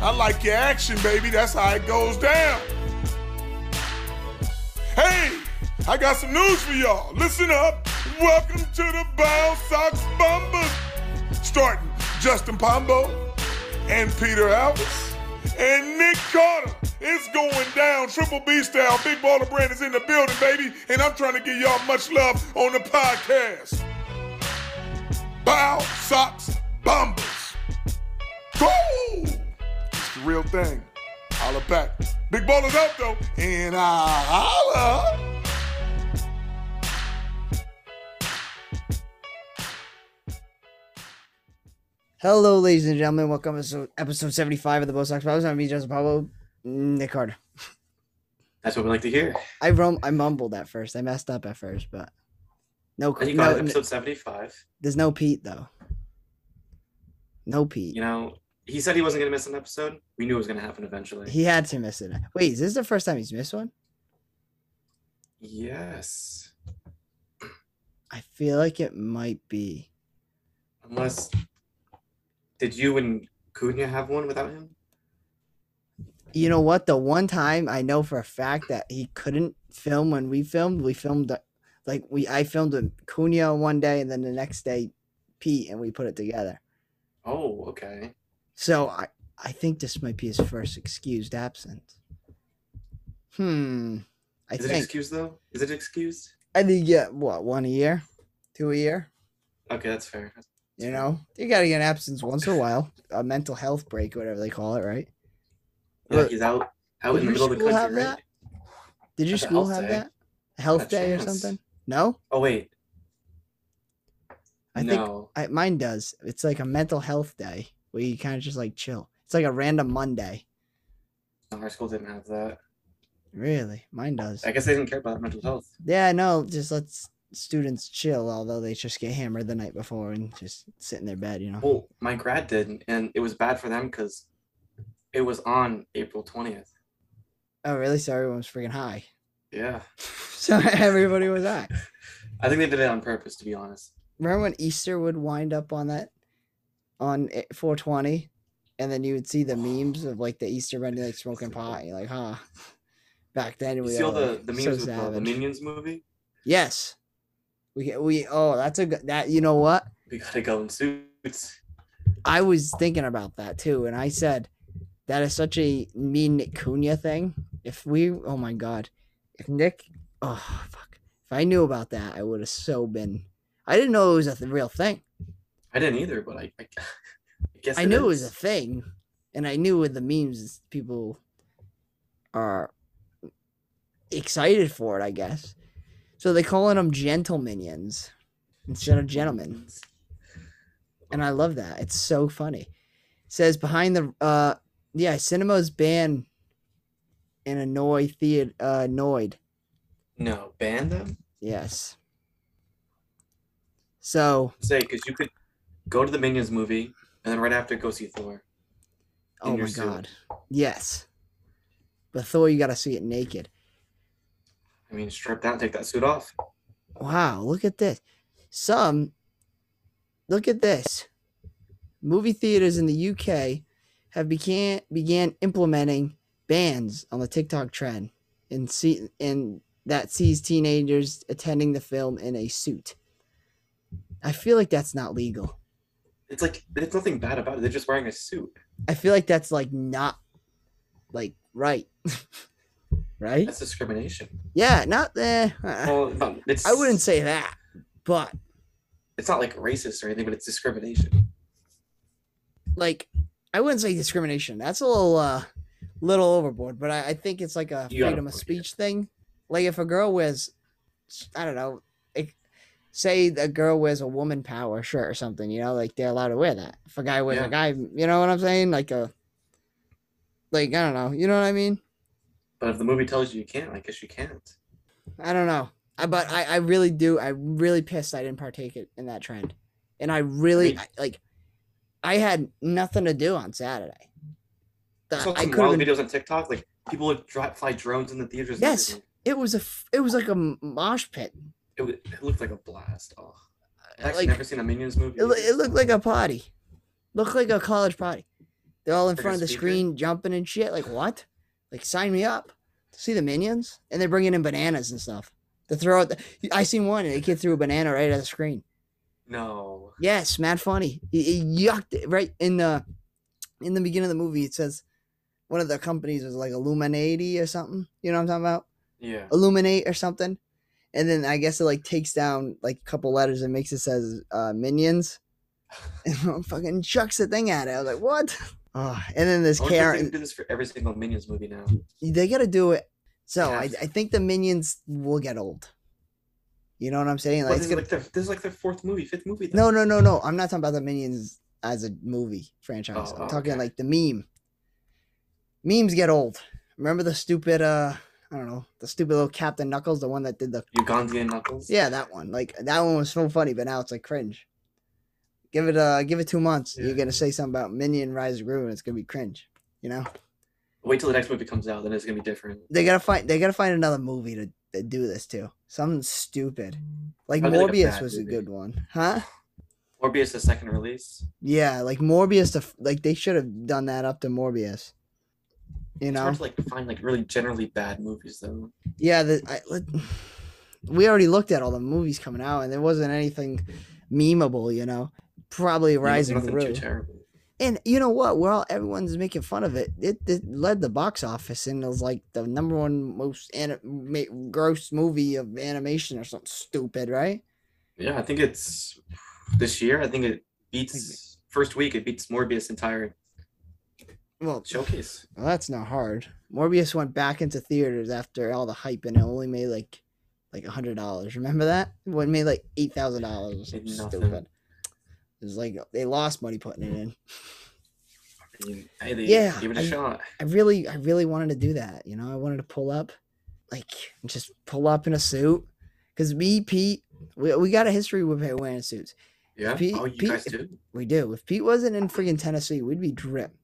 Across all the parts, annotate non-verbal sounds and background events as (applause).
I like your action, baby. That's how it goes down. Hey, I got some news for y'all. Listen up. Welcome to the Bound Sox Bombers. Starting Justin Pombo and Peter Alves and Nick Carter. It's going down. Triple B style. Big Baller Brand is in the building, baby. And I'm trying to give y'all much love on the podcast. Bow Sox Bombers. Go! It's the real thing. Holla back. Big Baller's out, though. And I holla. Hello, ladies and gentlemen. Welcome to episode- episode 75 of the Bo Sox Pablos. I'm me, Justin Pablo, Nick Carter. That's what we like to hear. I rum- I mumbled at first. I messed up at first, but no, I think no- about episode 75. there's no Pete, though. No Pete. You know, he said he wasn't going to miss an episode. We knew it was going to happen eventually. He had to miss it. Wait, is this the first time he's missed one? yes. I feel like it might be. Unless, did you and Cunha have one without him? You know what? The one time I know for a fact that he couldn't film when we filmed, we filmed uh, like we I filmed with Cunha one day and then the next day Pete and we put it together. Oh, okay. So I, I think this might be his first excused absence. Hmm. I Is it think excused though? Is it excused? I think yeah, what, one a year? Two a year? Okay, that's fair. You know? You gotta get an absence once in a while. A mental health break, whatever they call it, right? Yeah, Or- he's out out Would in the your middle of the school country, have right? that? Did your That's a school health have day. that? Health By day or chance. something? No? Oh wait, I think no. I, mine does. It's like a mental health day where you kind of just like chill. It's like a random Monday. No, Our school didn't have that. Really? Mine does. I guess they didn't care about mental health. Yeah, no, just lets students chill, although they just get hammered the night before and just sit in their bed, you know. Well, my grad did, and it was bad for them because it was on April twentieth. Oh, really? So everyone was freaking high. (laughs) Yeah, so (laughs) everybody was high. I think they did it on purpose, to be honest. Remember when Easter would wind up on that on i- 420, and then you would see the memes of like the Easter Bunny like smoking pot. You're like, huh. Back then, You we see all all the, like, the memes so with the, the savage. Minions movie? Yes, we we oh that's a good that you know what We gotta go in suits. I was thinking about that too, and I said that is such a me Nick Cunha thing. If we, oh my god, if Nick, oh fuck, if I knew about that, I would have so been. I didn't know it was a th- real thing. I didn't either, but I, I, I guess I knew it was is. a thing, and I knew with the memes is people are excited for it. I guess so. They calling them gentle minions instead of gentlemen. and I love that. It's so funny. says behind the uh yeah, cinemas ban and annoy theater uh, annoyed. No, ban them. Yes. So Say because you could go to the Minions movie and then right after go see Thor. In oh your my suit. god. Yes. But Thor, you gotta see it naked. I mean, strip down, take that suit off. Wow, look at this. Some look at this. Movie theaters in the UK have began began implementing bans on the TikTok trend and see and that sees teenagers attending the film in a suit. I feel like that's not legal. It's like it's nothing bad about it. They're just wearing a suit. I feel like that's like not like right. (laughs) right? That's discrimination. Yeah, not eh, uh, (laughs) Well, no, it's I wouldn't say that, but It's not like racist or anything, but it's discrimination. like I wouldn't say discrimination. That's a little uh little overboard, but I, I think it's like a You gotta freedom of put it. speech thing. Like if a girl wears I don't know, like, say a girl wears a woman power shirt or something, you know, like they're allowed to wear that. If a guy wears Yeah. a guy you know what I'm saying? Like a like I don't know, you know what I mean? But if the movie tells you you can't, I guess you can't. I don't know. I, but I, I really do. I'm really pissed I didn't partake it in that trend. And I really, mean- I- like, I had nothing to do on Saturday. The- I saw I some could have wild been, videos on TikTok, like people would dri fly drones in the theaters. and Yes. everything. it was a, f- it was like a m- mosh pit. it, w- it looked like a blast. Oh, I've actually Like, never seen a Minions movie. it, loo- it looked like a party. Looked like a college party. They're all in Like a front of the speaker? screen jumping and shit. Like what? Like sign me up. See the minions, and they're bringing in bananas and stuff to throw out. The, I seen one, and a kid threw a banana right at the screen. No. Yes, Mad Funny. He, he yucked it right in the in the beginning of the movie. It says one of the companies was like Illuminati or something. You know what I'm talking about? Yeah. Illuminate or something. And then I guess it like takes down like a couple letters and makes it says uh, minions. (laughs) And (laughs) fucking chucks the thing at it. I was like, what? (laughs) Oh, and then this I wonder if they Karen, can do this for every single Minions movie now. they got to do it. So Yeah. I, I think the minions will get old. You know what I'm saying? Well, Like, this, it's is gonna, like their, this is like their fourth movie, fifth movie. No, though. no, no, no. I'm not talking about the Minions as a movie franchise. Oh, I'm talking okay. like the meme. Memes get old. Remember the stupid uh I don't know, the stupid little Captain Knuckles, the one that did the Ugandan Knuckles. Yeah, that one. Like that one was so funny, but now it's like cringe. Give it uh give it two months. Yeah. You're gonna say something about Minion Rise of Gru and it's gonna be cringe. You know? Wait till the next movie comes out, then it's gonna be different. They gotta find they gotta find another movie to, to do this to. Something stupid. Like Probably like a Morbius bad was movie. a good one. Huh? Morbius the second release. Yeah, like Morbius, the, f- like they should have done that up to Morbius. You It's know? hard to like find like really generally bad movies though. Yeah, the, I, let, (sighs) we already looked at all the movies coming out, and there wasn't anything memeable. You know, probably Rise of nothing Gru. too terrible. And you know what? We're all everyone's making fun of it. It, it led the box office, and it was like the number one most ani- ma- gross movie of animation or something stupid, right? Yeah, I think it's this year. I think it beats first week. It beats Morbius entire Well, showcase. Well, that's not hard. Morbius went back into theaters after all the hype, and it only made like like a hundred dollars. Remember that? Well, it made like eight thousand dollars or something Did nothing. stupid. It was like they lost money putting it in. I mean, hey, they Yeah, give it a I- shot. I really, I really wanted to do that. You know, I wanted to pull up, like just pull up in a suit. Cause me, Pete, we, we got a history with wearing suits. Yeah. Pete- oh, you Pete- guys do. We do. If Pete wasn't in freaking Tennessee, we'd be drip.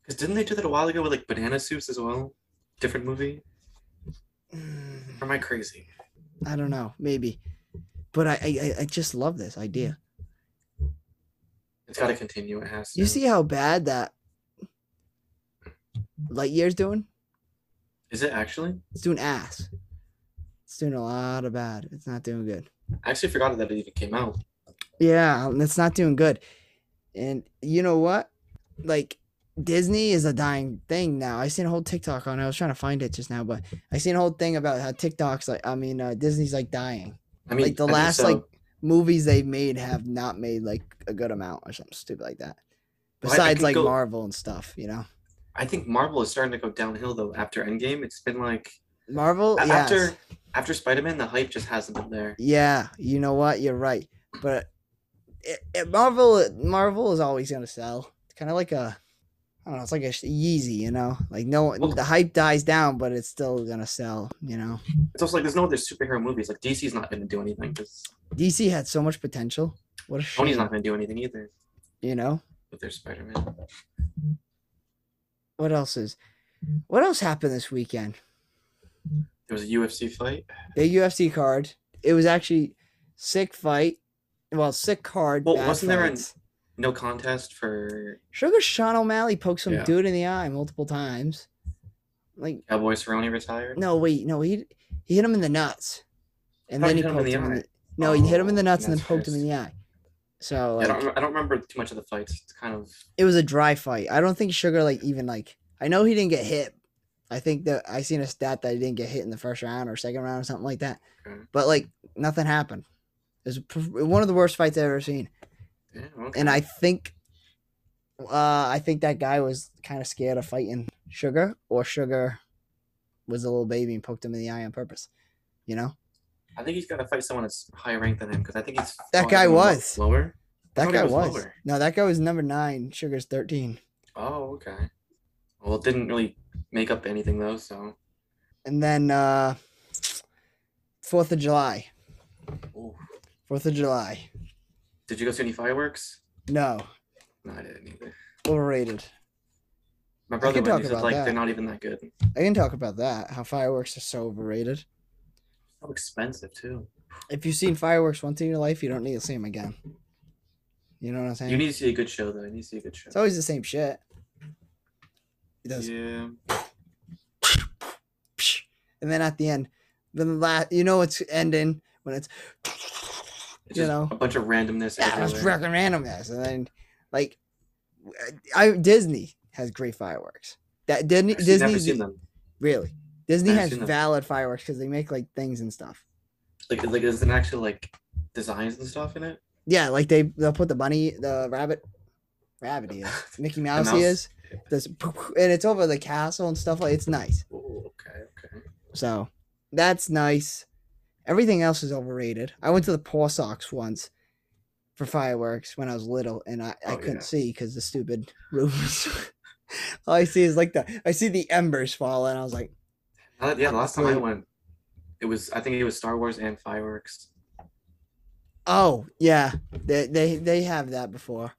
Because didn't they do that a while ago with like banana suits as well? Different movie? Mm, Or am I crazy? (sighs) I don't know, maybe, but I, I, I- I just love this idea. It's got to continue. It has to. You see how bad that Lightyear's doing? Is it actually? It's doing ass. It's doing a lot of bad. It's not doing good. I actually forgot that it even came out. Yeah, um, it's not doing good. And you know what? Like Disney is a dying thing now. I seen a whole TikTok on. it. I was trying to find it just now, but I seen a whole thing about how TikTok's like. I mean, uh, Disney's like dying. I mean, Like, the I think last, so. like, Movies they've made have not made like a good amount or something stupid like that. Well, I- I Besides could like go- Marvel and stuff, you know. I think Marvel is starting to go downhill though after Endgame. It's been like Marvel, a- Oh, yes. after after Spider Man, the hype just hasn't been there. Yeah, you know what? You're right. But it, it, Marvel, Marvel is always gonna sell. It's kind of like a, I don't know. It's like a sh- Yeezy, you know. Like no, Well- the hype dies down, but it's still gonna sell. You know, It's also like there's no other superhero movies. Like DC's not going to do anything because DC had so much potential. What a shame, Sony's not going to do anything either you know. with their Spider Man. What else is? What else happened this weekend? There was a UFC fight. The UFC card. It was actually sick fight. Well, sick card. Well, bad wasn't there an- fights. No contest for Sugar Sean O'Malley poked some Yeah. dude in the eye multiple times? Like Cowboy Cerrone retired. No, wait, no, he he hit him in the nuts, and thought then he he hit him poked in the him. In eye. the, no, he hit him in the Oh, nuts and then that's poked him in the eye. So I like, don't. I don't remember too much of the fights. It's kind of. it was a dry fight. I don't think Sugar like even like I know he didn't get hit. I think that I seen a stat that he didn't get hit in the first round or second round or something like that. Okay. But like nothing happened. It was pr- one of the worst fights I've ever seen, Yeah, okay. and I think, uh, I think that guy was kind of scared of fighting Sugar, or Sugar was a little baby and poked him in the eye on purpose. You know. I think he's got to fight someone that's higher ranked than him because I think he's. That fought guy everyone lo- was. lower. That thought he guy was was. lower. No, that guy was number nine. Sugar's 13. Oh, okay. Well, it didn't really make up anything though. So. And then uh 4th of July. Ooh. 4th of July. Did you go see any fireworks? No, No, I didn't either. overrated. My brother talk went. He said about like that. they're not even that good. I can talk about that, how fireworks are so overrated. So expensive too. If you've seen fireworks once in your life, you don't need to see them again. You know what I'm saying? You need to see a good show though. You need to see a good show. it's always the same shit. It does. Yeah. And then at the end, then the last, you know, it's ending when it's It's You just know. a bunch of randomness. yeah, it's everywhere. fucking randomness. And then, like, uh, I Disney has great fireworks. That Disney, I've seen- never Disney seen them. really, Disney I've has seen them. valid fireworks because they make like things and stuff. Like, like is it actually like designs and stuff in it? Yeah, like they they'll put the bunny, the rabbit, rabbit ears, (laughs) Mickey Mouse, mouse. ears, this, and it's over the castle and stuff like. It's nice. Oh, okay, okay. So that's nice. Everything else is overrated. I went to the Paw Sox once for fireworks when I was little, and I, I Oh, couldn't yeah. see because the stupid roof was. (laughs) All I see is like the I see the embers fall, and I was like, Now that- yeah, the last time I Wait. went, it was I think it was Star Wars and fireworks. "Oh yeah, they they they have that before."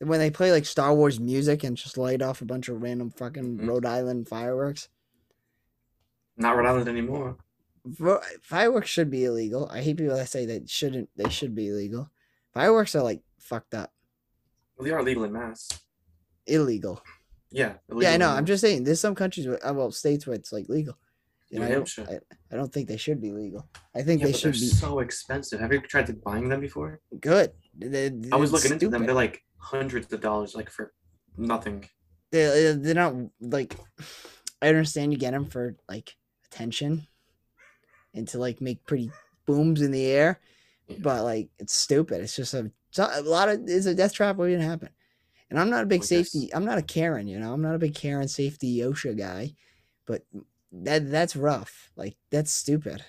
And When they play like Star Wars music and just light off a bunch of random fucking Mhm. Rhode Island fireworks, Not Rhode Island anymore. Ro- fireworks should be illegal. I hate people that say they shouldn't. They should be illegal. Fireworks are like fucked up, Well, they are legal in Mass. illegal. Yeah. yeah, I illegal know. in I'm Mass. just saying, there's some countries, where, uh, well, states where it's like legal. And New I, don't, Hampshire. I, I don't think they should be legal. I think Yeah, they but they're should be so expensive. Have you tried to buying them before? good. They- they- I was it's looking into them. stupid. They're like hundreds of dollars, like for nothing. They're, they're not uh, like. I understand you get them for like attention, and to like make pretty booms in the air, Yeah. but like it's stupid. It's just a, it's not- a lot of it's a death trap waiting to happen. And I'm not a big Well, yes. safety. I'm not a Karen. You know, I'm not a big Karen safety OSHA guy, but that that's rough. Like that's stupid.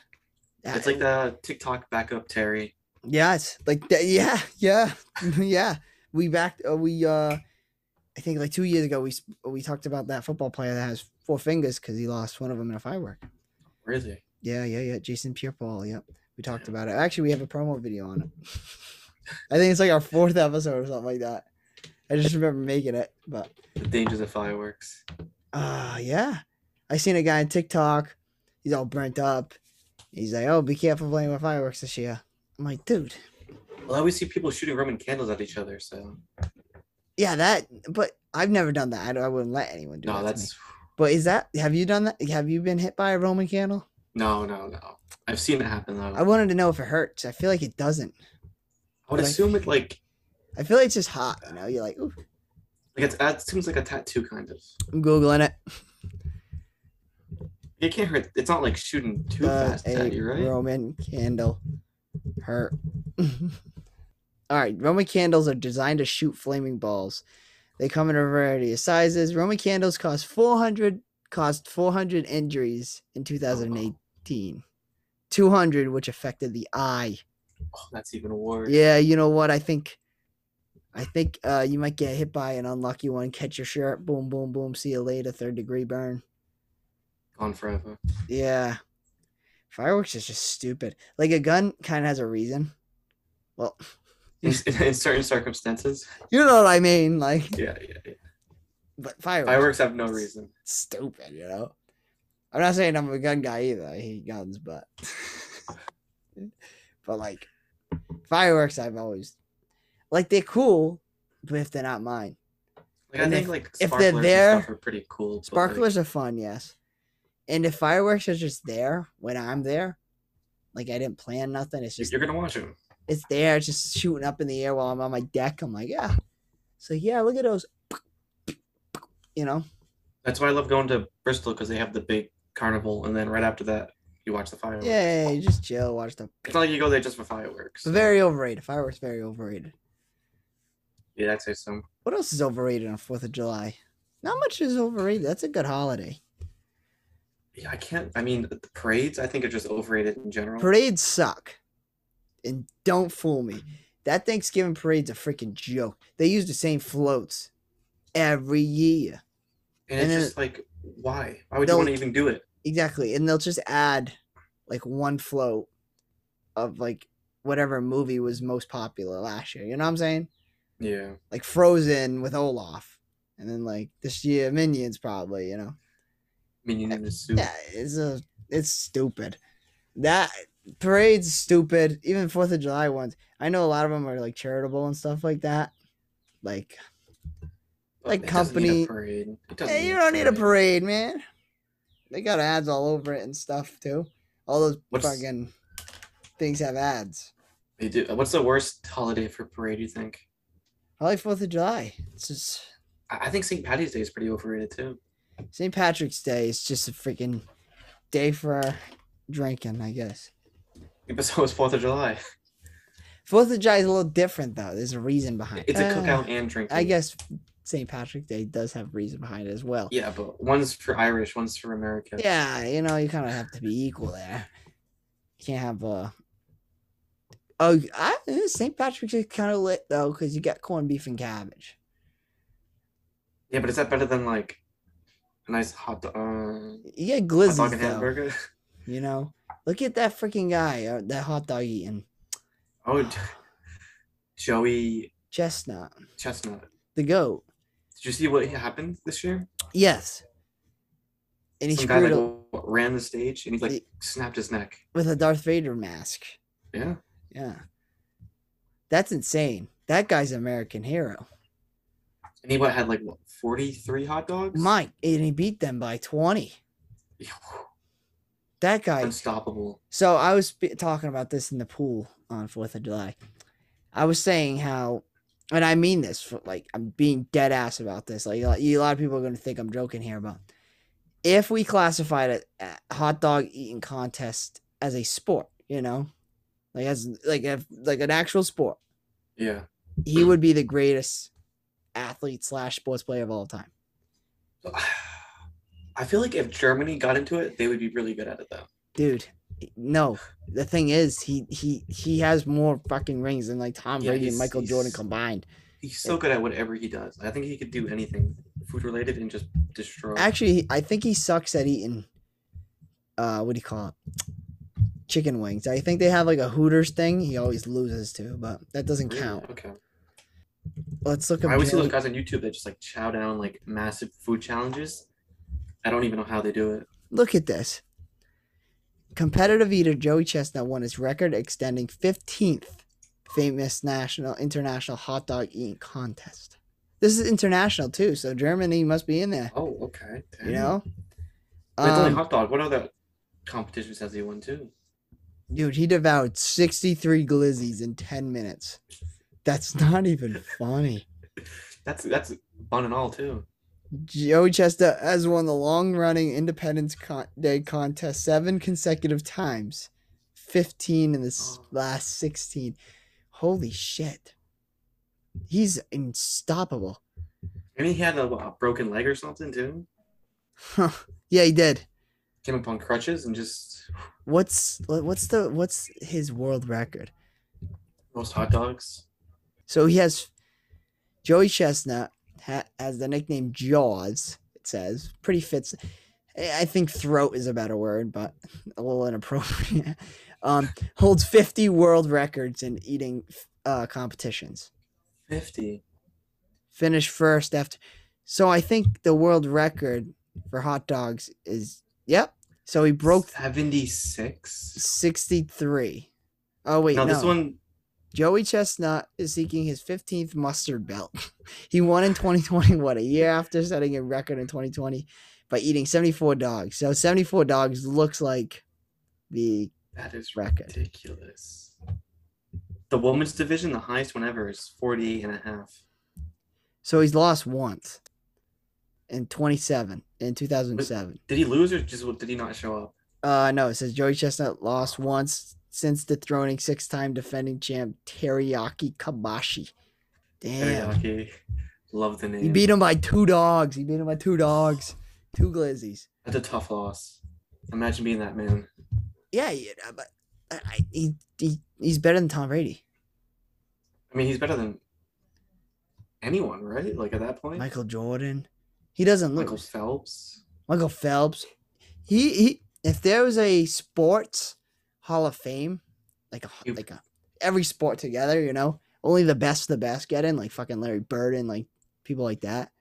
It's I- like the TikTok backup Terry. Yes, like that. Yeah, yeah, (laughs) yeah. We backed. Uh, we uh, I think like two years ago we sp- we talked about that football player that has four fingers because he lost one of them in a firework. Where is he? Yeah, yeah, yeah. Jason Pierre-Paul. Yep, we talked about it. Actually, we have a promo video on it. (laughs) I think it's like our fourth episode or something like that. I just remember making it, but The dangers of fireworks. uh yeah. I seen a guy on TikTok. He's all burnt up. He's like, "Oh, be careful playing with fireworks this year." I'm like, dude. Well, I always see people shooting Roman candles at each other. So Yeah, that. But I've never done that. I, don't- I wouldn't let anyone do that. no, to me. that's But is that? Have you done that? Have you been hit by a Roman candle? no, no, no. I've seen it happen though. I wanted to know if it hurts. I feel like it doesn't. I would Like- assume it like I feel like it's just hot. You know, you're like, Ooh, like it's, that seems like a tattoo kind of. I'm googling it. It can't hurt. It's not like shooting too Does fast at Uh, a you, right? Roman candle hurt? (laughs) All right, Roman candles are designed to shoot flaming balls. They come in a variety of sizes. Roman candles cost 400 cost 400 injuries Oh, in 2018. 200 which affected the eye. Oh, that's even worse. Yeah, you know what? I think, I think uh, you might get hit by an unlucky one. Catch your shirt. Boom, boom, boom. See you later. Third degree burn. (laughs) Gone forever. Yeah, fireworks is just stupid. Like a gun kind of has a reason. Well, In, (laughs) in certain circumstances. you know what I mean. Like, Yeah, yeah, yeah. but fireworks, Fireworks have no reason. stupid. You know. I'm not saying I'm a gun guy either. I hate guns, but, (laughs) but like, fireworks, I've always, like they're cool, but if they're not mine. Like I And think if- like if they're sparklers there- and stuff are pretty cool. but, like, Sparklers are fun, yes. And if fireworks are just there when I'm there, like I didn't plan nothing, it's you- just you're gonna watch them. it's there, it's just shooting up in the air while I'm on my deck. I'm like, yeah. So yeah, look at those. You know, That's why I love going to Bristol because they have the big carnival, and then right after that, you watch the fireworks. yeah, you just chill, watch the. It's not like you go there just for fireworks. It's very overrated. Fireworks very overrated. Yeah, I'd say so. What else is overrated on Fourth of July? Not much is overrated. That's a good holiday. Yeah, I can't. I mean, the parades I think are just overrated in general. Parades suck. And don't fool me. That Thanksgiving parade's a freaking joke. They use the same floats every year. and and it's then- just like, why? Why would They'll- you want to even do it? Exactly. And they'll just add like one float of like whatever movie was most popular last year. You know what I'm saying? Yeah. Like Frozen with Olaf. And then like this year Minions probably, you know. Minion in the suit. Yeah, it's a it's stupid. That parade's stupid. Even Fourth of July ones. I know a lot of them are like charitable and stuff like that. Like Like It doesn't need a company. parade. It doesn't Yeah, you don't need a parade, man. They got ads all over it and stuff too. All those What's- fucking things have ads. They do. What's the worst holiday for parade? You think? Probably Fourth of July. It's just I I think St. Patty's Day is pretty overrated too. St. Patrick's Day is just a freaking day for drinking, I guess. Yeah, (laughs) But so is Fourth of July. Fourth of July is a little different though. There's a reason behind It's a Ah, cookout and drinking. I guess St. Patrick's Day does have reason behind it as well. Yeah, but one's for Irish, one's for American. Yeah, you know, you kind of have to be equal there. You can't have a. Oh, I, eh, St. Patrick's is kind of lit though, because you got corned beef and cabbage. Yeah, but is that better than like a nice hot dog? Uh, You get hot dog glizzies and though. hamburger? (laughs) You know, look at that freaking guy, uh, that hot dog eating Oh, J- Joey chestnut, Chestnut. the goat. Did you see what happened this year? Yes, and he Some guy screwed like up w- ran the stage and he like He- snapped his neck. with a Darth Vader mask. Yeah, Yeah, that's insane. That guy's an American hero. and he what had like what forty three hot dogs? Mike, and he beat them by twenty. That guy unstoppable. So I was sp- talking about this in the pool on Fourth of July. I was saying how, and I mean this, for, like I'm being dead ass about this. Like a lot- a lot of people are going to think I'm joking here, but if we classified a, a hot dog eating contest as a sport, you know, like as like if, like an actual sport, Yeah, he would be the greatest athlete slash sports player of all time. (sighs) I feel like if Germany got into it, they would be really good at it though. Dude, e, no. The thing is, he he he has more fucking rings than like Tom Yeah, Brady and he's- Michael Jordan he's- combined. He's so good at whatever he does. I think he could do anything food related and just destroy. Actually, he- I think he sucks at eating. Uh, what do you call it? Chicken wings. I think they have like a Hooters thing. He always loses to, but that doesn't Really? count. Okay. Let's look I up. always see Joey- those guys on YouTube that just like chow down like massive food challenges. I don't even know how they do it. Look at this. Competitive eater Joey Chestnut won his record extending 15th famous national international hot dog eating contest. This is international too, so Germany must be in there. Oh, okay. You know, But it's only Um, hot dog. What other competitions has he won too? Dude, he devoured 63 glizzies in 10 minutes. That's (laughs) not even funny. That's that's bun and all too. Joey Chestnut has won the long running Independence Con- Day contest seven consecutive times, 15 in this Oh. last 16. Holy shit. He's unstoppable. (laughs) And he had a, a broken leg or something too. Huh. Yeah, he did. Came up on crutches and just What's what- what's the what's his world record? roast hot dogs. So he has Joey Chestnut ha- has the nickname Jaws. It says pretty fits. I I think throat is a better word, but (laughs) a little inappropriate. (laughs) Um, holds 50 world records in eating uh, competitions. Fifty. Finished first after. So I think the world record for hot dogs is yep. So he broke seventy six. 63. Oh wait, Now no. this one Joey Chestnut is seeking his 15th mustard belt. (laughs) he won in 2020, what, a year after setting a record in 2020 by eating 74 dogs. So 74 dogs looks like the. that is Record. ridiculous. The women's division, the highest one ever, is 48 and a half. So he's lost once in 27, in 2007. Did he lose or just did he not show up? Uh, no, it says Joey Chestnut lost once since dethroning six time defending champ Teriyaki Kabashi. Damn. Teriyaki. Love the name. He beat him by two dogs. He beat him by two dogs, two glizzies. That's a tough loss. Imagine being that man. Yeah, yeah but I, I, he, he he's better than Tom Brady. I mean, he's better than anyone, right? Like at that point, Michael Jordan. He doesn't lose. Michael Michael, Phelps. Phelps. He, he if there was a sports Hall of Fame, like a, You- like a every sport together, you know, only the best of the best get in, like fucking Larry Bird and like people like that,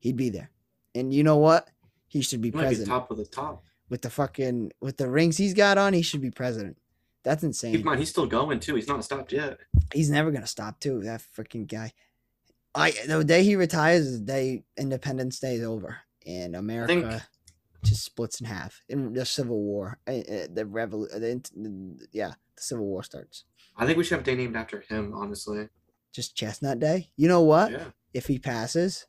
he'd be there. And you know what? He should be He might be president top of the top. with the fucking with the rings he's got on. He should be president. That's insane. Keep in mind, he's still going too. He's not stopped yet. He's never gonna stop too. That freaking guy. I the day he retires is the day Independence Day is over, and America think- just splits in half in the Civil War, uh, uh, the revolution, the, int- the- yeah, the Civil War starts. I think we should have a day named after him, honestly. Just Chestnut Day. You know what? yeah, If he passes,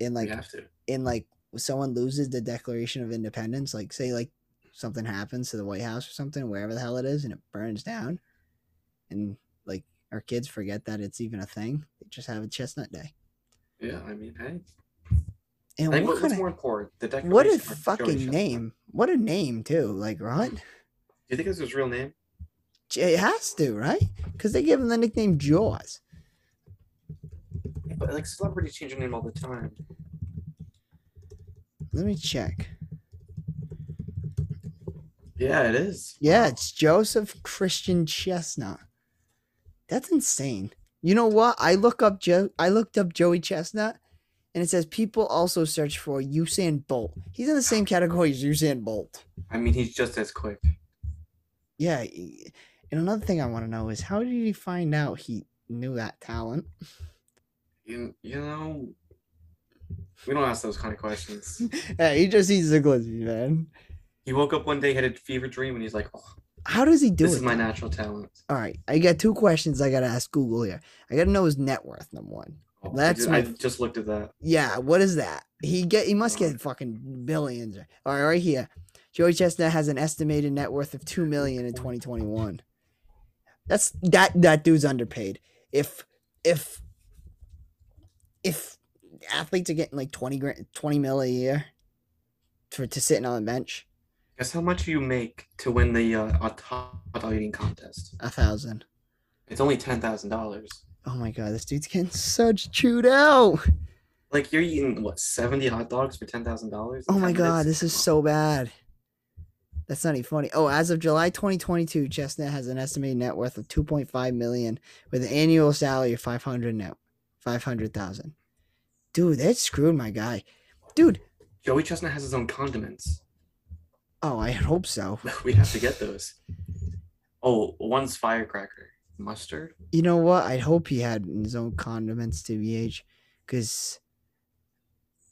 and like we have to. and like someone loses the Declaration of Independence, like say like something happens to the White House or something, wherever the hell it is, and it burns down, and like our kids forget that it's even a thing. They just have a Chestnut Day. Yeah, I mean, hey. And I what think what, what's kind of more important? The Declaration what or a Joey fucking Chestnut? name! What a name too. Like right, Do you think that's his real name? J- it has to right because they give him the nickname Jaws. But like celebrities change their name all the time. Let me check. Yeah, it is. Yeah, it's Joseph Christian Chestnut. That's insane. You know what? I look up Joe. I looked up Joey Chestnut, and it says people also search for Usain Bolt. He's in the same category as Usain Bolt. I mean, he's just as quick. Yeah. he- And another thing I want to know is how did he find out he knew that talent? (laughs) You, you know, we don't ask those kind of (laughs) questions. Yeah, he just eats the glizzy, man. He woke up one day, had a fever dream, and he's like, "Oh, How does he do this it? is my though? natural talent." All right, I got two questions I gotta ask Google here. I gotta know his net worth. Number one. Oh, I That's ju- my- I just looked at that. Yeah, what is that? He get he must get fucking billions. All right, right here. Joey Chestnut has an estimated net worth of two million in 2021. That's that that dude's underpaid. If if if athletes are getting like 20 grand 20 mil a year for to sitting on the bench, Guess how much you make to win the uh, hot hot dog eating contest? a thousand. It's only ten thousand dollars. Oh my god, this dude's getting such chewed out. Like you're eating what seventy hot dogs for ten thousand dollars? Oh my god, this is so bad. That's not even funny. Oh, as of July 2022, Chestnut has an estimated net worth of 2.5 million with an annual salary of 500 net 500,000. Dude, that screwed my guy. Dude, Joey Chestnut has his own condiments. oh, I hope so. (laughs) we have to get those. Oh, one's firecracker mustard. You know what? I hope he had his own condiments to BH cuz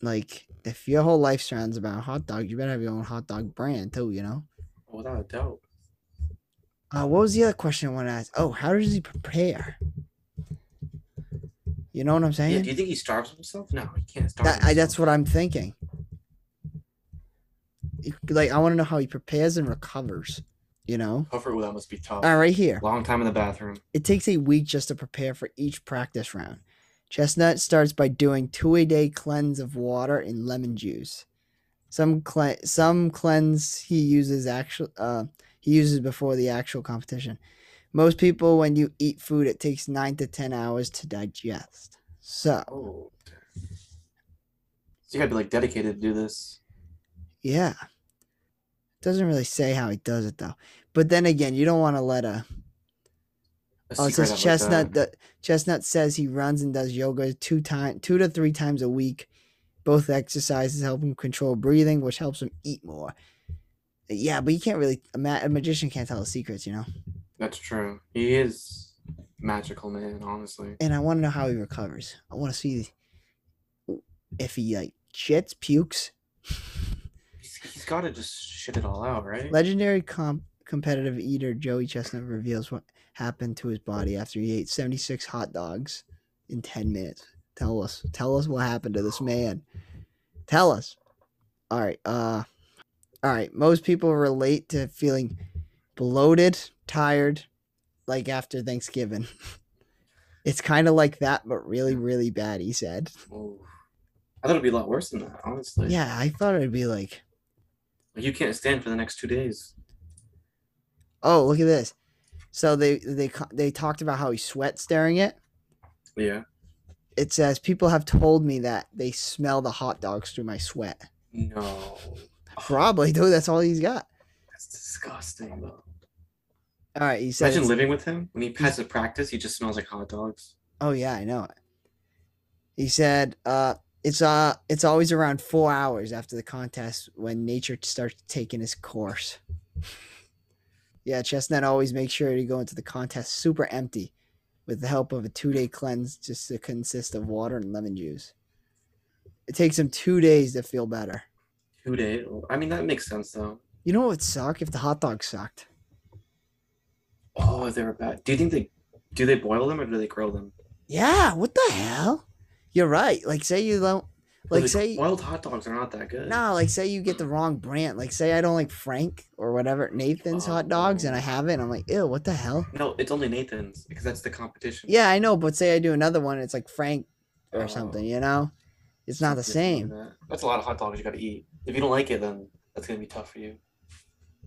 like if your whole life surrounds about hot dogs, you better have your own hot dog brand too, you know? Without a doubt. Uh, what was the other question I want to ask? Oh, how does he prepare? You know what I'm Yeah, saying? do you think he starves himself? No, he can't starve. that, I, that's himself. what I'm thinking. You- Like, I want to know how he prepares and recovers. You know? Comfort with that must be tough. All right, here. Long time in the bathroom. It takes a week just to prepare for each practice round. Chestnut starts by doing two a day cleanse of water and lemon juice. Some cle- some cleanse he uses actual uh, he uses before the actual competition. Most people, when you eat food, it takes nine to ten hours to digest. So Oh. So you gotta be like dedicated to do this. yeah, doesn't really say how he does it though. But then again, you don't want to let a A Oh, it secret says of, like, the- Chestnut. The, Chestnut says he runs and does yoga two time, two to three times a week. Both exercises help him control breathing, which helps him eat more. Yeah, but you can't really a, ma- a magician can't tell his secrets, you know. That's true. He is magical man, honestly. And I want to know how he recovers. I want to see if he like shits, pukes. He's, he's gotta just shit it all out, right? Legendary comp- competitive eater Joey Chestnut reveals what happened to his body after he ate 76 hot dogs in 10 minutes. Tell us. Tell us what happened to this man. Tell us. All right. Uh All right. Most people relate to feeling bloated, tired like after Thanksgiving. (laughs) it's kind of like that but really really bad, he said. Ooh. I thought it'd be a lot worse than that, honestly. Yeah, I thought it'd be like Like, you can't stand for the next two days. Oh, look at this. So they they co- they talked about how he sweats during it. Yeah. It says people have told me that they smell the hot dogs through my sweat. No. Probably, dude. That's all he's got. That's disgusting though. All right, he says. Imagine living with him. When he passes practice, he just smells like hot dogs. oh yeah, I know it. He said, "Uh, it's uh, it's always around four hours after the contest when nature starts taking its course." (laughs) yeah, Chestnut always makes sure to go into the contest super empty. with the help of a two day cleanse just to consist of water and lemon juice. It takes him two days to feel better. Two days. I mean, that makes sense though. You know what would suck if the hot dogs sucked? Oh, they were bad. Do you think they do they boil them or do they grill them? Yeah, what the hell? You're right. Like, say you don't. Like, Like, say. boiled hot dogs are not that good. Nah, like say you get the wrong brand. Like say I don't like Frank or whatever Nathan's hot dogs, Oh. and I have it. And I'm like, ew, what the hell? No, it's only Nathan's because that's the competition. Yeah, I know, but say I do another one, it's like Frank or Oh. something. You know, it's not the Just doing same. that. That's a lot of hot dogs you got to eat. If you don't like it, then that's gonna be tough for you.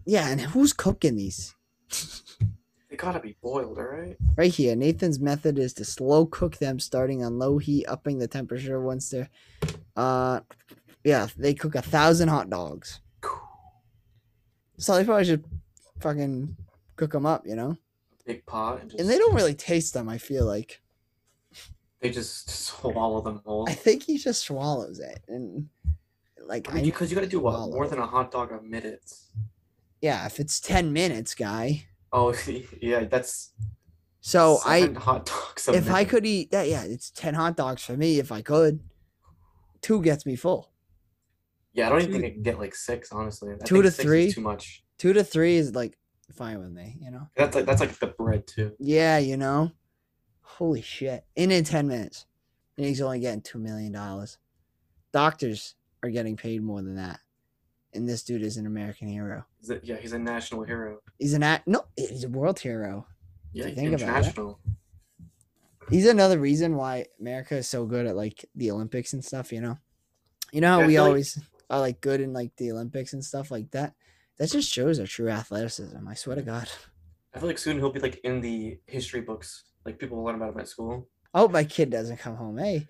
Yeah, and who's cooking these? They gotta be boiled, all right? Right here, Nathan's method is to slow cook them, starting on low heat, upping the temperature once they're. Uh, yeah, they cook a thousand hot dogs. So they probably should fucking cook them up, you know. Big pot and just And they don't really taste them. I feel like they just swallow them whole. I think he just swallows it, and like I Because you got to do what more swallow. than a hot dog a minute. yeah, if it's ten minutes, guy. Oh (laughs) see, yeah, that's So I seven hot dogs. A if I minute. could eat that, yeah, it's ten hot dogs for me. If I could, two gets me full. yeah, I don't even two- think I can get like six. Honestly, I two think to six is three? too much. Two to three is like fine with me, you know. That's like that's like the bread too. Yeah, you know. Holy shit! And in ten minutes, and he's only getting two million dollars. Doctors are getting paid more than that, and this dude is an American hero. Is it- yeah, he's a national hero. He's an act. No, he's a world hero. Yeah, you he's think about it- international. He's another reason why America is so good at like the Olympics and stuff. You know, you know how Yeah, I we feel like- always are like good in like the Olympics and stuff like that. That just shows our true athleticism. I swear to God. I feel like soon he'll be like in the history books. Like people will learn about him at school. I hope my kid doesn't come home. Hey,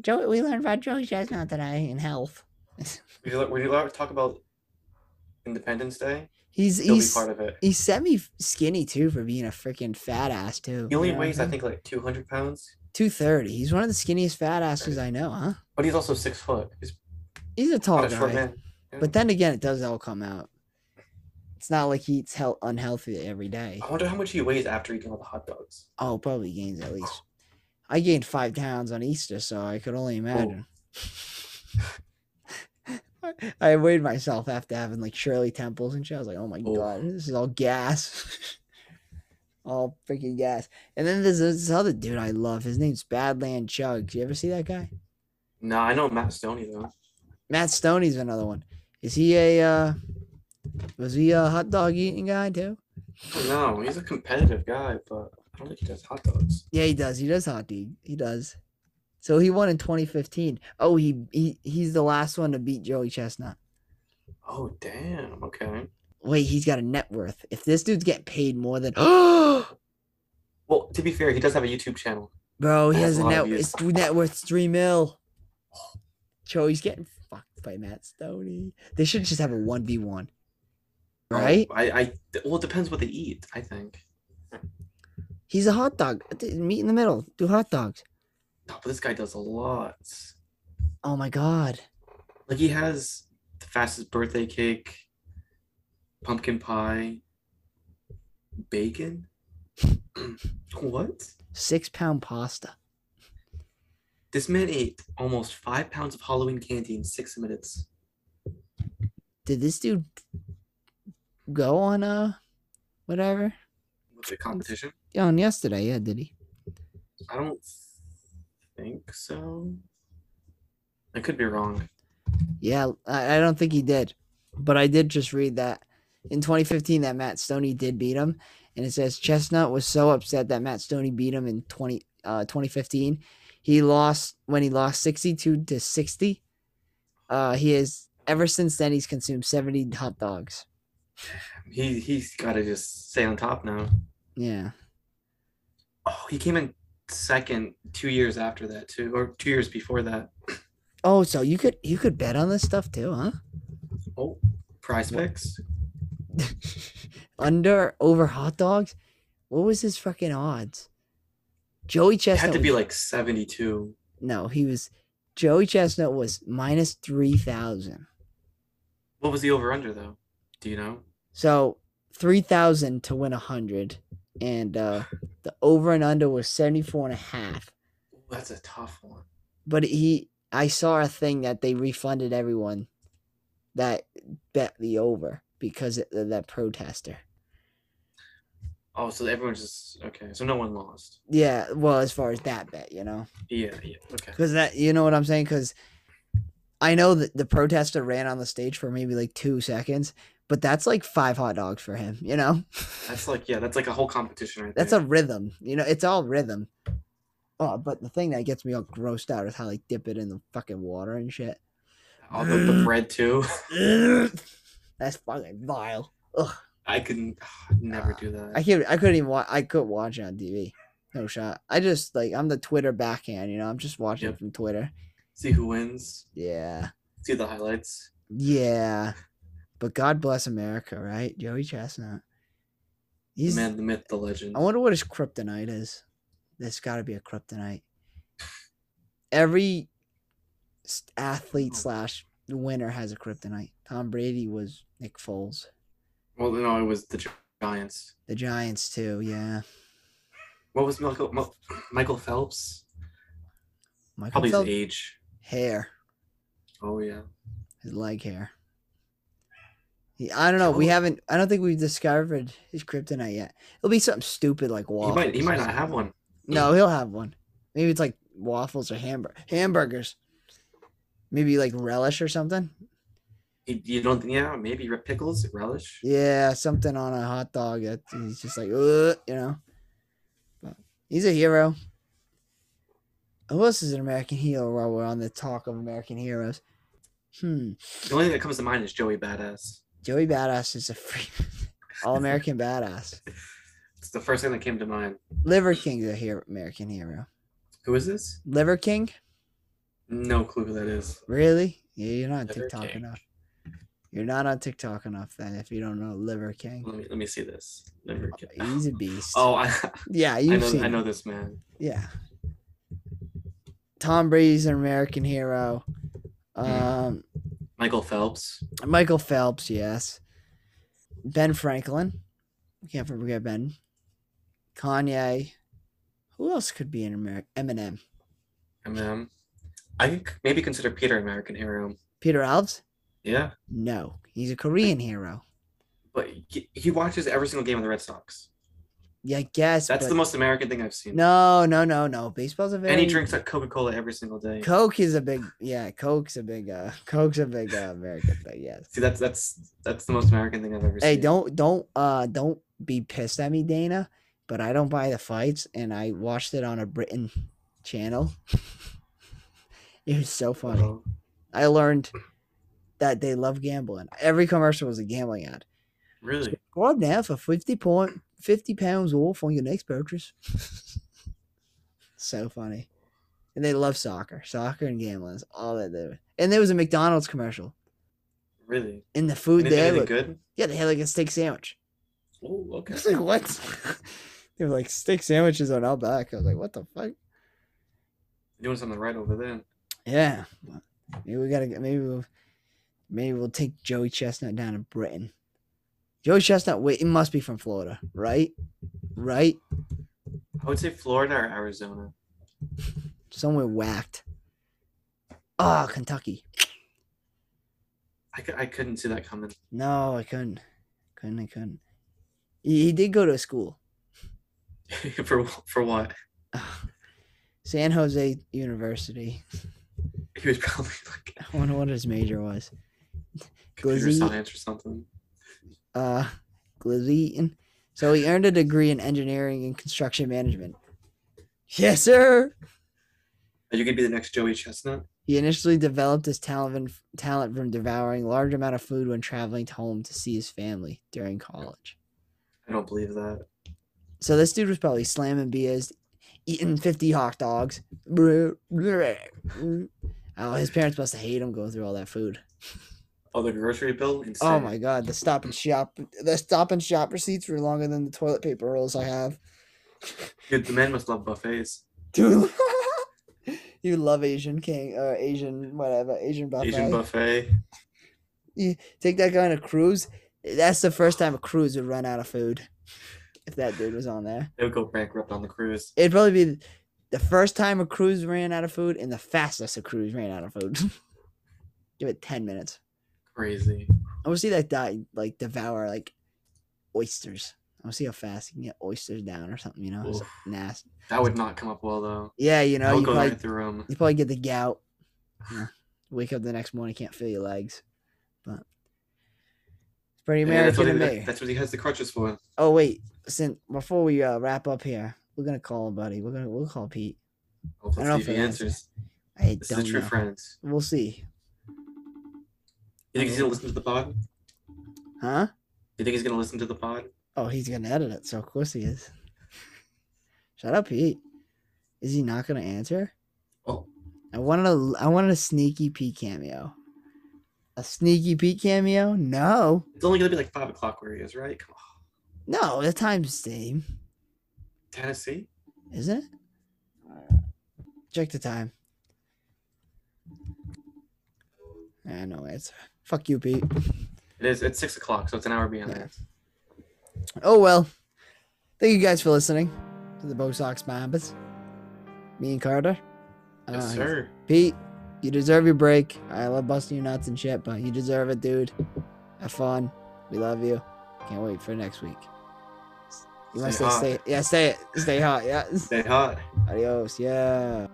Joey, we learned about Joey Chestnut today in health. Would you, would you like to talk about Independence Day? He's He'll he's be part of it. he's semi skinny too for being a freaking fat ass too. He only weighs, I think, like 200 pounds, two thirty. He's one of the skinniest fat asses I know, huh? but he's also six foot. He's He's a tall not a short guy, man. but then again, it does all come out. It's not like he eats hel- unhealthy every day. I wonder how much he weighs after eating all the hot dogs. Oh, probably gains at least. I gained five pounds on Easter, so I could only imagine. (laughs) I- I weighed myself after having like Shirley Temples and shit. I was like, oh my Oh. god, this is all gas. (laughs) all freaking gas. And then there's this other dude I love. His name's Badland Chugs. You ever see that guy? No, I know Matt Stoney though. Matt Stoney's another one. Is he a uh was he a hot dog eating guy too? No, he's a competitive guy, but I don't think he does hot dogs. Yeah, he does. He does hot dog. He does. So he won in 2015. Oh, he, he he's the last one to beat Joey Chestnut. Oh damn. Okay. Wait, he's got a net worth. If this dude's getting paid more than (gasps) bro, Well, to be fair, he does have a YouTube channel. he That's has a a lot net of views. it's net worth three mil. Joey's getting fucked by Matt Stoney. They should just have a one v one, Um, right? I, I. Well, it depends what they eat. I think. He's a hot dog. Th- Meet in the middle. Do hot dogs. No, but this guy does a lot. Oh my god. Like he has the fastest birthday cake, pumpkin pie, bacon. (clears throat) what? Six pound pasta. This man ate almost five pounds of Halloween candy in six minutes. Did this dude go on uh whatever? With the competition? Yeah, on yesterday, yeah, did he? I don't think so. I could be wrong. Yeah, I, I don't think he did. But I did just read that in 2015 that Matt Stoney did beat him. And it says Chestnut was so upset that Matt Stoney beat him in 20, uh, 2015. He lost when he lost 62 to 60. Uh, he has ever since then he's consumed 70 hot dogs. He he's gotta just stay on top now. Yeah. Oh, he came in second two years after that too, or two years before that. Oh, so you could you could bet on this stuff too, huh? (laughs) Oh, prize picks. Under over hot dogs. What was his fucking odds? Joey It Chestnut had to was- be like seventy-two. No, he was Joey Chestnut was minus three thousand. What was the over under though? Do you know? So three thousand to win a hundred, and uh The over and under was 74 and a half. Ooh, that's a tough one. But he I saw a thing that they refunded everyone that bet the over because of that protester. Oh, so everyone's just okay. So no one lost. Yeah, well, as far as that bet, you know. Yeah, yeah. Okay. Because that, you know what I'm saying? Because I know that the protester ran on the stage for maybe like two seconds, but that's like five hot dogs for him, you know? That's like yeah, that's like a whole competition right That's there. a rhythm, you know? It's all rhythm. Oh, but the thing that gets me all grossed out is how they dip it in the fucking water and (laughs) shit. All the, the bread too. (laughs) That's fucking vile. Ugh, I (sighs) can never do that. Uh, I can't. I couldn't even. Wa- I couldn't watch it on TV. No shot. I just like I'm the Twitter backhand. You know, I'm just watching Yep. it from Twitter. See who wins. Yeah. See the highlights. Yeah. But God bless America, right? Joey Chestnut. The He's man, the myth, the legend. I wonder what his kryptonite is. There's got to be a kryptonite. Every s- athlete Oh. slash winner has a kryptonite. Tom Brady was Nick Foles. Well, no, it was the Gi- Giants. The Giants too. Yeah, What was Michael Mo- Michael Phelps? Michael Probably Phelps. his age. Hair, Oh yeah. his leg hair. He, I don't know. We Totally. haven't. I don't think we've discovered his kryptonite yet. It'll be something stupid like He waffles. might he or might not something. have one. No, he'll have one. Maybe it's like waffles or hamburger hamburgers. Maybe like relish or something. He, you don't think? Yeah, maybe re- pickles, relish. Yeah, something on a hot dog that he's just like, Ugh, you know. But he's a hero. Who else is an American hero while we're on the talk of American heroes? Hmm. The only thing that comes to mind is Joey Badass. Joey Badass is a free (laughs) all American badass. It's the first thing that came to mind. Liver King's a hero American hero. Who is this? Liver King? No clue who that is. Really? Yeah, you're not on Liver TikTok King. enough. You're not on TikTok enough then if you don't know Liver King. Let me let me see this. Let me get- He's a beast. (laughs) Oh, I, yeah, I you've know seen I him. know this man. Yeah. Tom Brady's an American hero. Um, Michael Phelps. Michael Phelps, yes. Ben Franklin. We can't forget Ben. Kanye. Who else could be an American? Eminem. Eminem. I could c- maybe consider Peter American hero. Peter Alves? Yeah, No. He's a Korean hero. but he, he watches every single game of the Red Sox. Yeah, I guess. That's but the most American thing I've seen. No, no, no, no. Baseball's a very. and he drinks like Coca Cola every single day. Coke is a big. Yeah, Coke's a big. Uh, (laughs) Coke's a big uh, American thing, yes. See, that's that's that's the most American thing I've ever Hey, seen. don't don't uh don't be pissed at me, Dana. But I don't buy the fights, and I watched it on a Britain channel. (laughs) it was so funny. Oh, I learned that they love gambling. Every commercial was a gambling ad. really? Right now for fifty point fifty pounds off on your next purchase. so funny, and they love soccer, soccer and gambling. is all that they do. And there was a McDonald's commercial, Really? and the food Anything, there, anything looked- good? yeah, they had like a steak sandwich. Oh, I (laughs) okay. was like, what? (laughs) they were like steak sandwiches on Outback. I was like, what the fuck? Doing something right over there. Yeah. well, Maybe we gotta get maybe we'll maybe we'll take Joey Chestnut down to Britain. Joey Chestnut, wait, it must be from Florida, right? Right? I would say Florida or Arizona. Somewhere whacked. Ah, Kentucky. I, cou- I couldn't see that coming. (laughs) No, I couldn't. Couldn't I couldn't. He, he did go to a school. (sighs) for for what? San Jose University. (laughs) He was probably (laughs) like I wonder what his major was. computer Glizzy. science or something. uh glizzy eating. So he earned a degree in engineering and construction management. Yes, sir. Are you gonna be the next Joey Chestnut? He initially developed his talent talent from devouring large amount of food when traveling to home to see his family during college. I don't believe that. So this dude was probably slamming beers, eating 50 hot dogs. Oh, his parents must have hated him going through all that food. Oh, the grocery bill. Insane. Oh my god, the stop and shop the stop and shop receipts were longer than the toilet paper rolls I have. Dude, the man must love buffets. Dude, (laughs) you love Asian king or Asian whatever Asian buffet. Asian buffet. Take that guy on a cruise. That's the first time a cruise would run out of food. if that dude was on there. They would go bankrupt on the cruise. It'd probably be the first time a cruise ran out of food and the fastest a cruise ran out of food. (laughs) Give it ten minutes. Crazy. I want to see that guy like devour like oysters. I want to see how fast he can get oysters down or something. You know, it's Oof. nasty. That would not come up well though. Yeah, you that know, would you go probably, right through him. you probably get the gout. you know. wake up the next morning, can't feel your legs. But it's pretty that's, what American he, to me. that- that's what he has the crutches for. Oh wait, since before we uh, wrap up here, we're gonna call him, buddy. We're gonna we'll call Pete. Well, I don't know Let's if see if he he'll answer. answers. I This is don't the true know. friends. We'll see. You think he's Okay. gonna listen to the pod? Huh? You think he's gonna listen to the pod? Oh, he's gonna edit it, so of course he is. Shut up, Pete. Is he not gonna answer? Oh. I wanted a I wanted a sneaky Pete cameo. A sneaky Pete cameo? No. It's only gonna be like five o'clock where he is, right? Come on. No, the time's the same, Tennessee? isn't it? Check the time. I know it's fuck you, Pete. It is. It's six o'clock, so it's an hour behind Yeah. us. Oh well. Thank you guys for listening to the Bo Sox Bombers. Me and Carter. Yes, Uh, sir. Pete, you deserve your break. I love busting your nuts and shit, but you deserve it, dude. Have fun. We love you. Can't wait for next week. You want to Stay say hot. stay yeah, stay it. Stay hot, yeah. Stay hot. Adios, yeah.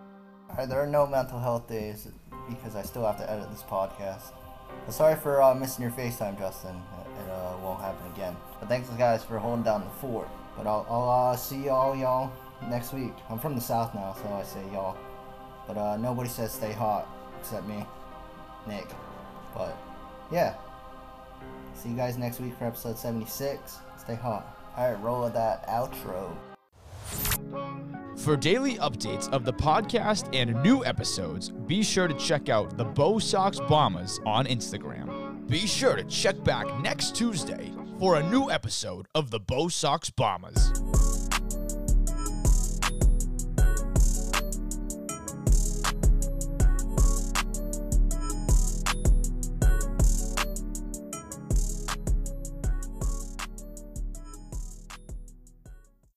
Alright, there are no mental health days because I still have to edit this podcast. But sorry for uh, missing your FaceTime, Justin. It, it uh, won't happen again. But thanks, guys, for holding down the fort. But I'll, I'll uh, see y'all, y'all, next week. I'm from the South now, so I say y'all. But uh, nobody says stay hot except me, Nick. But yeah. See you guys next week for episode 76. Stay hot. Alright, roll with that outro. For daily updates of the podcast and new episodes, be sure to check out the Bow Sox Bombers on Instagram. Be sure to check back next Tuesday for a new episode of the Bow Sox Bombers.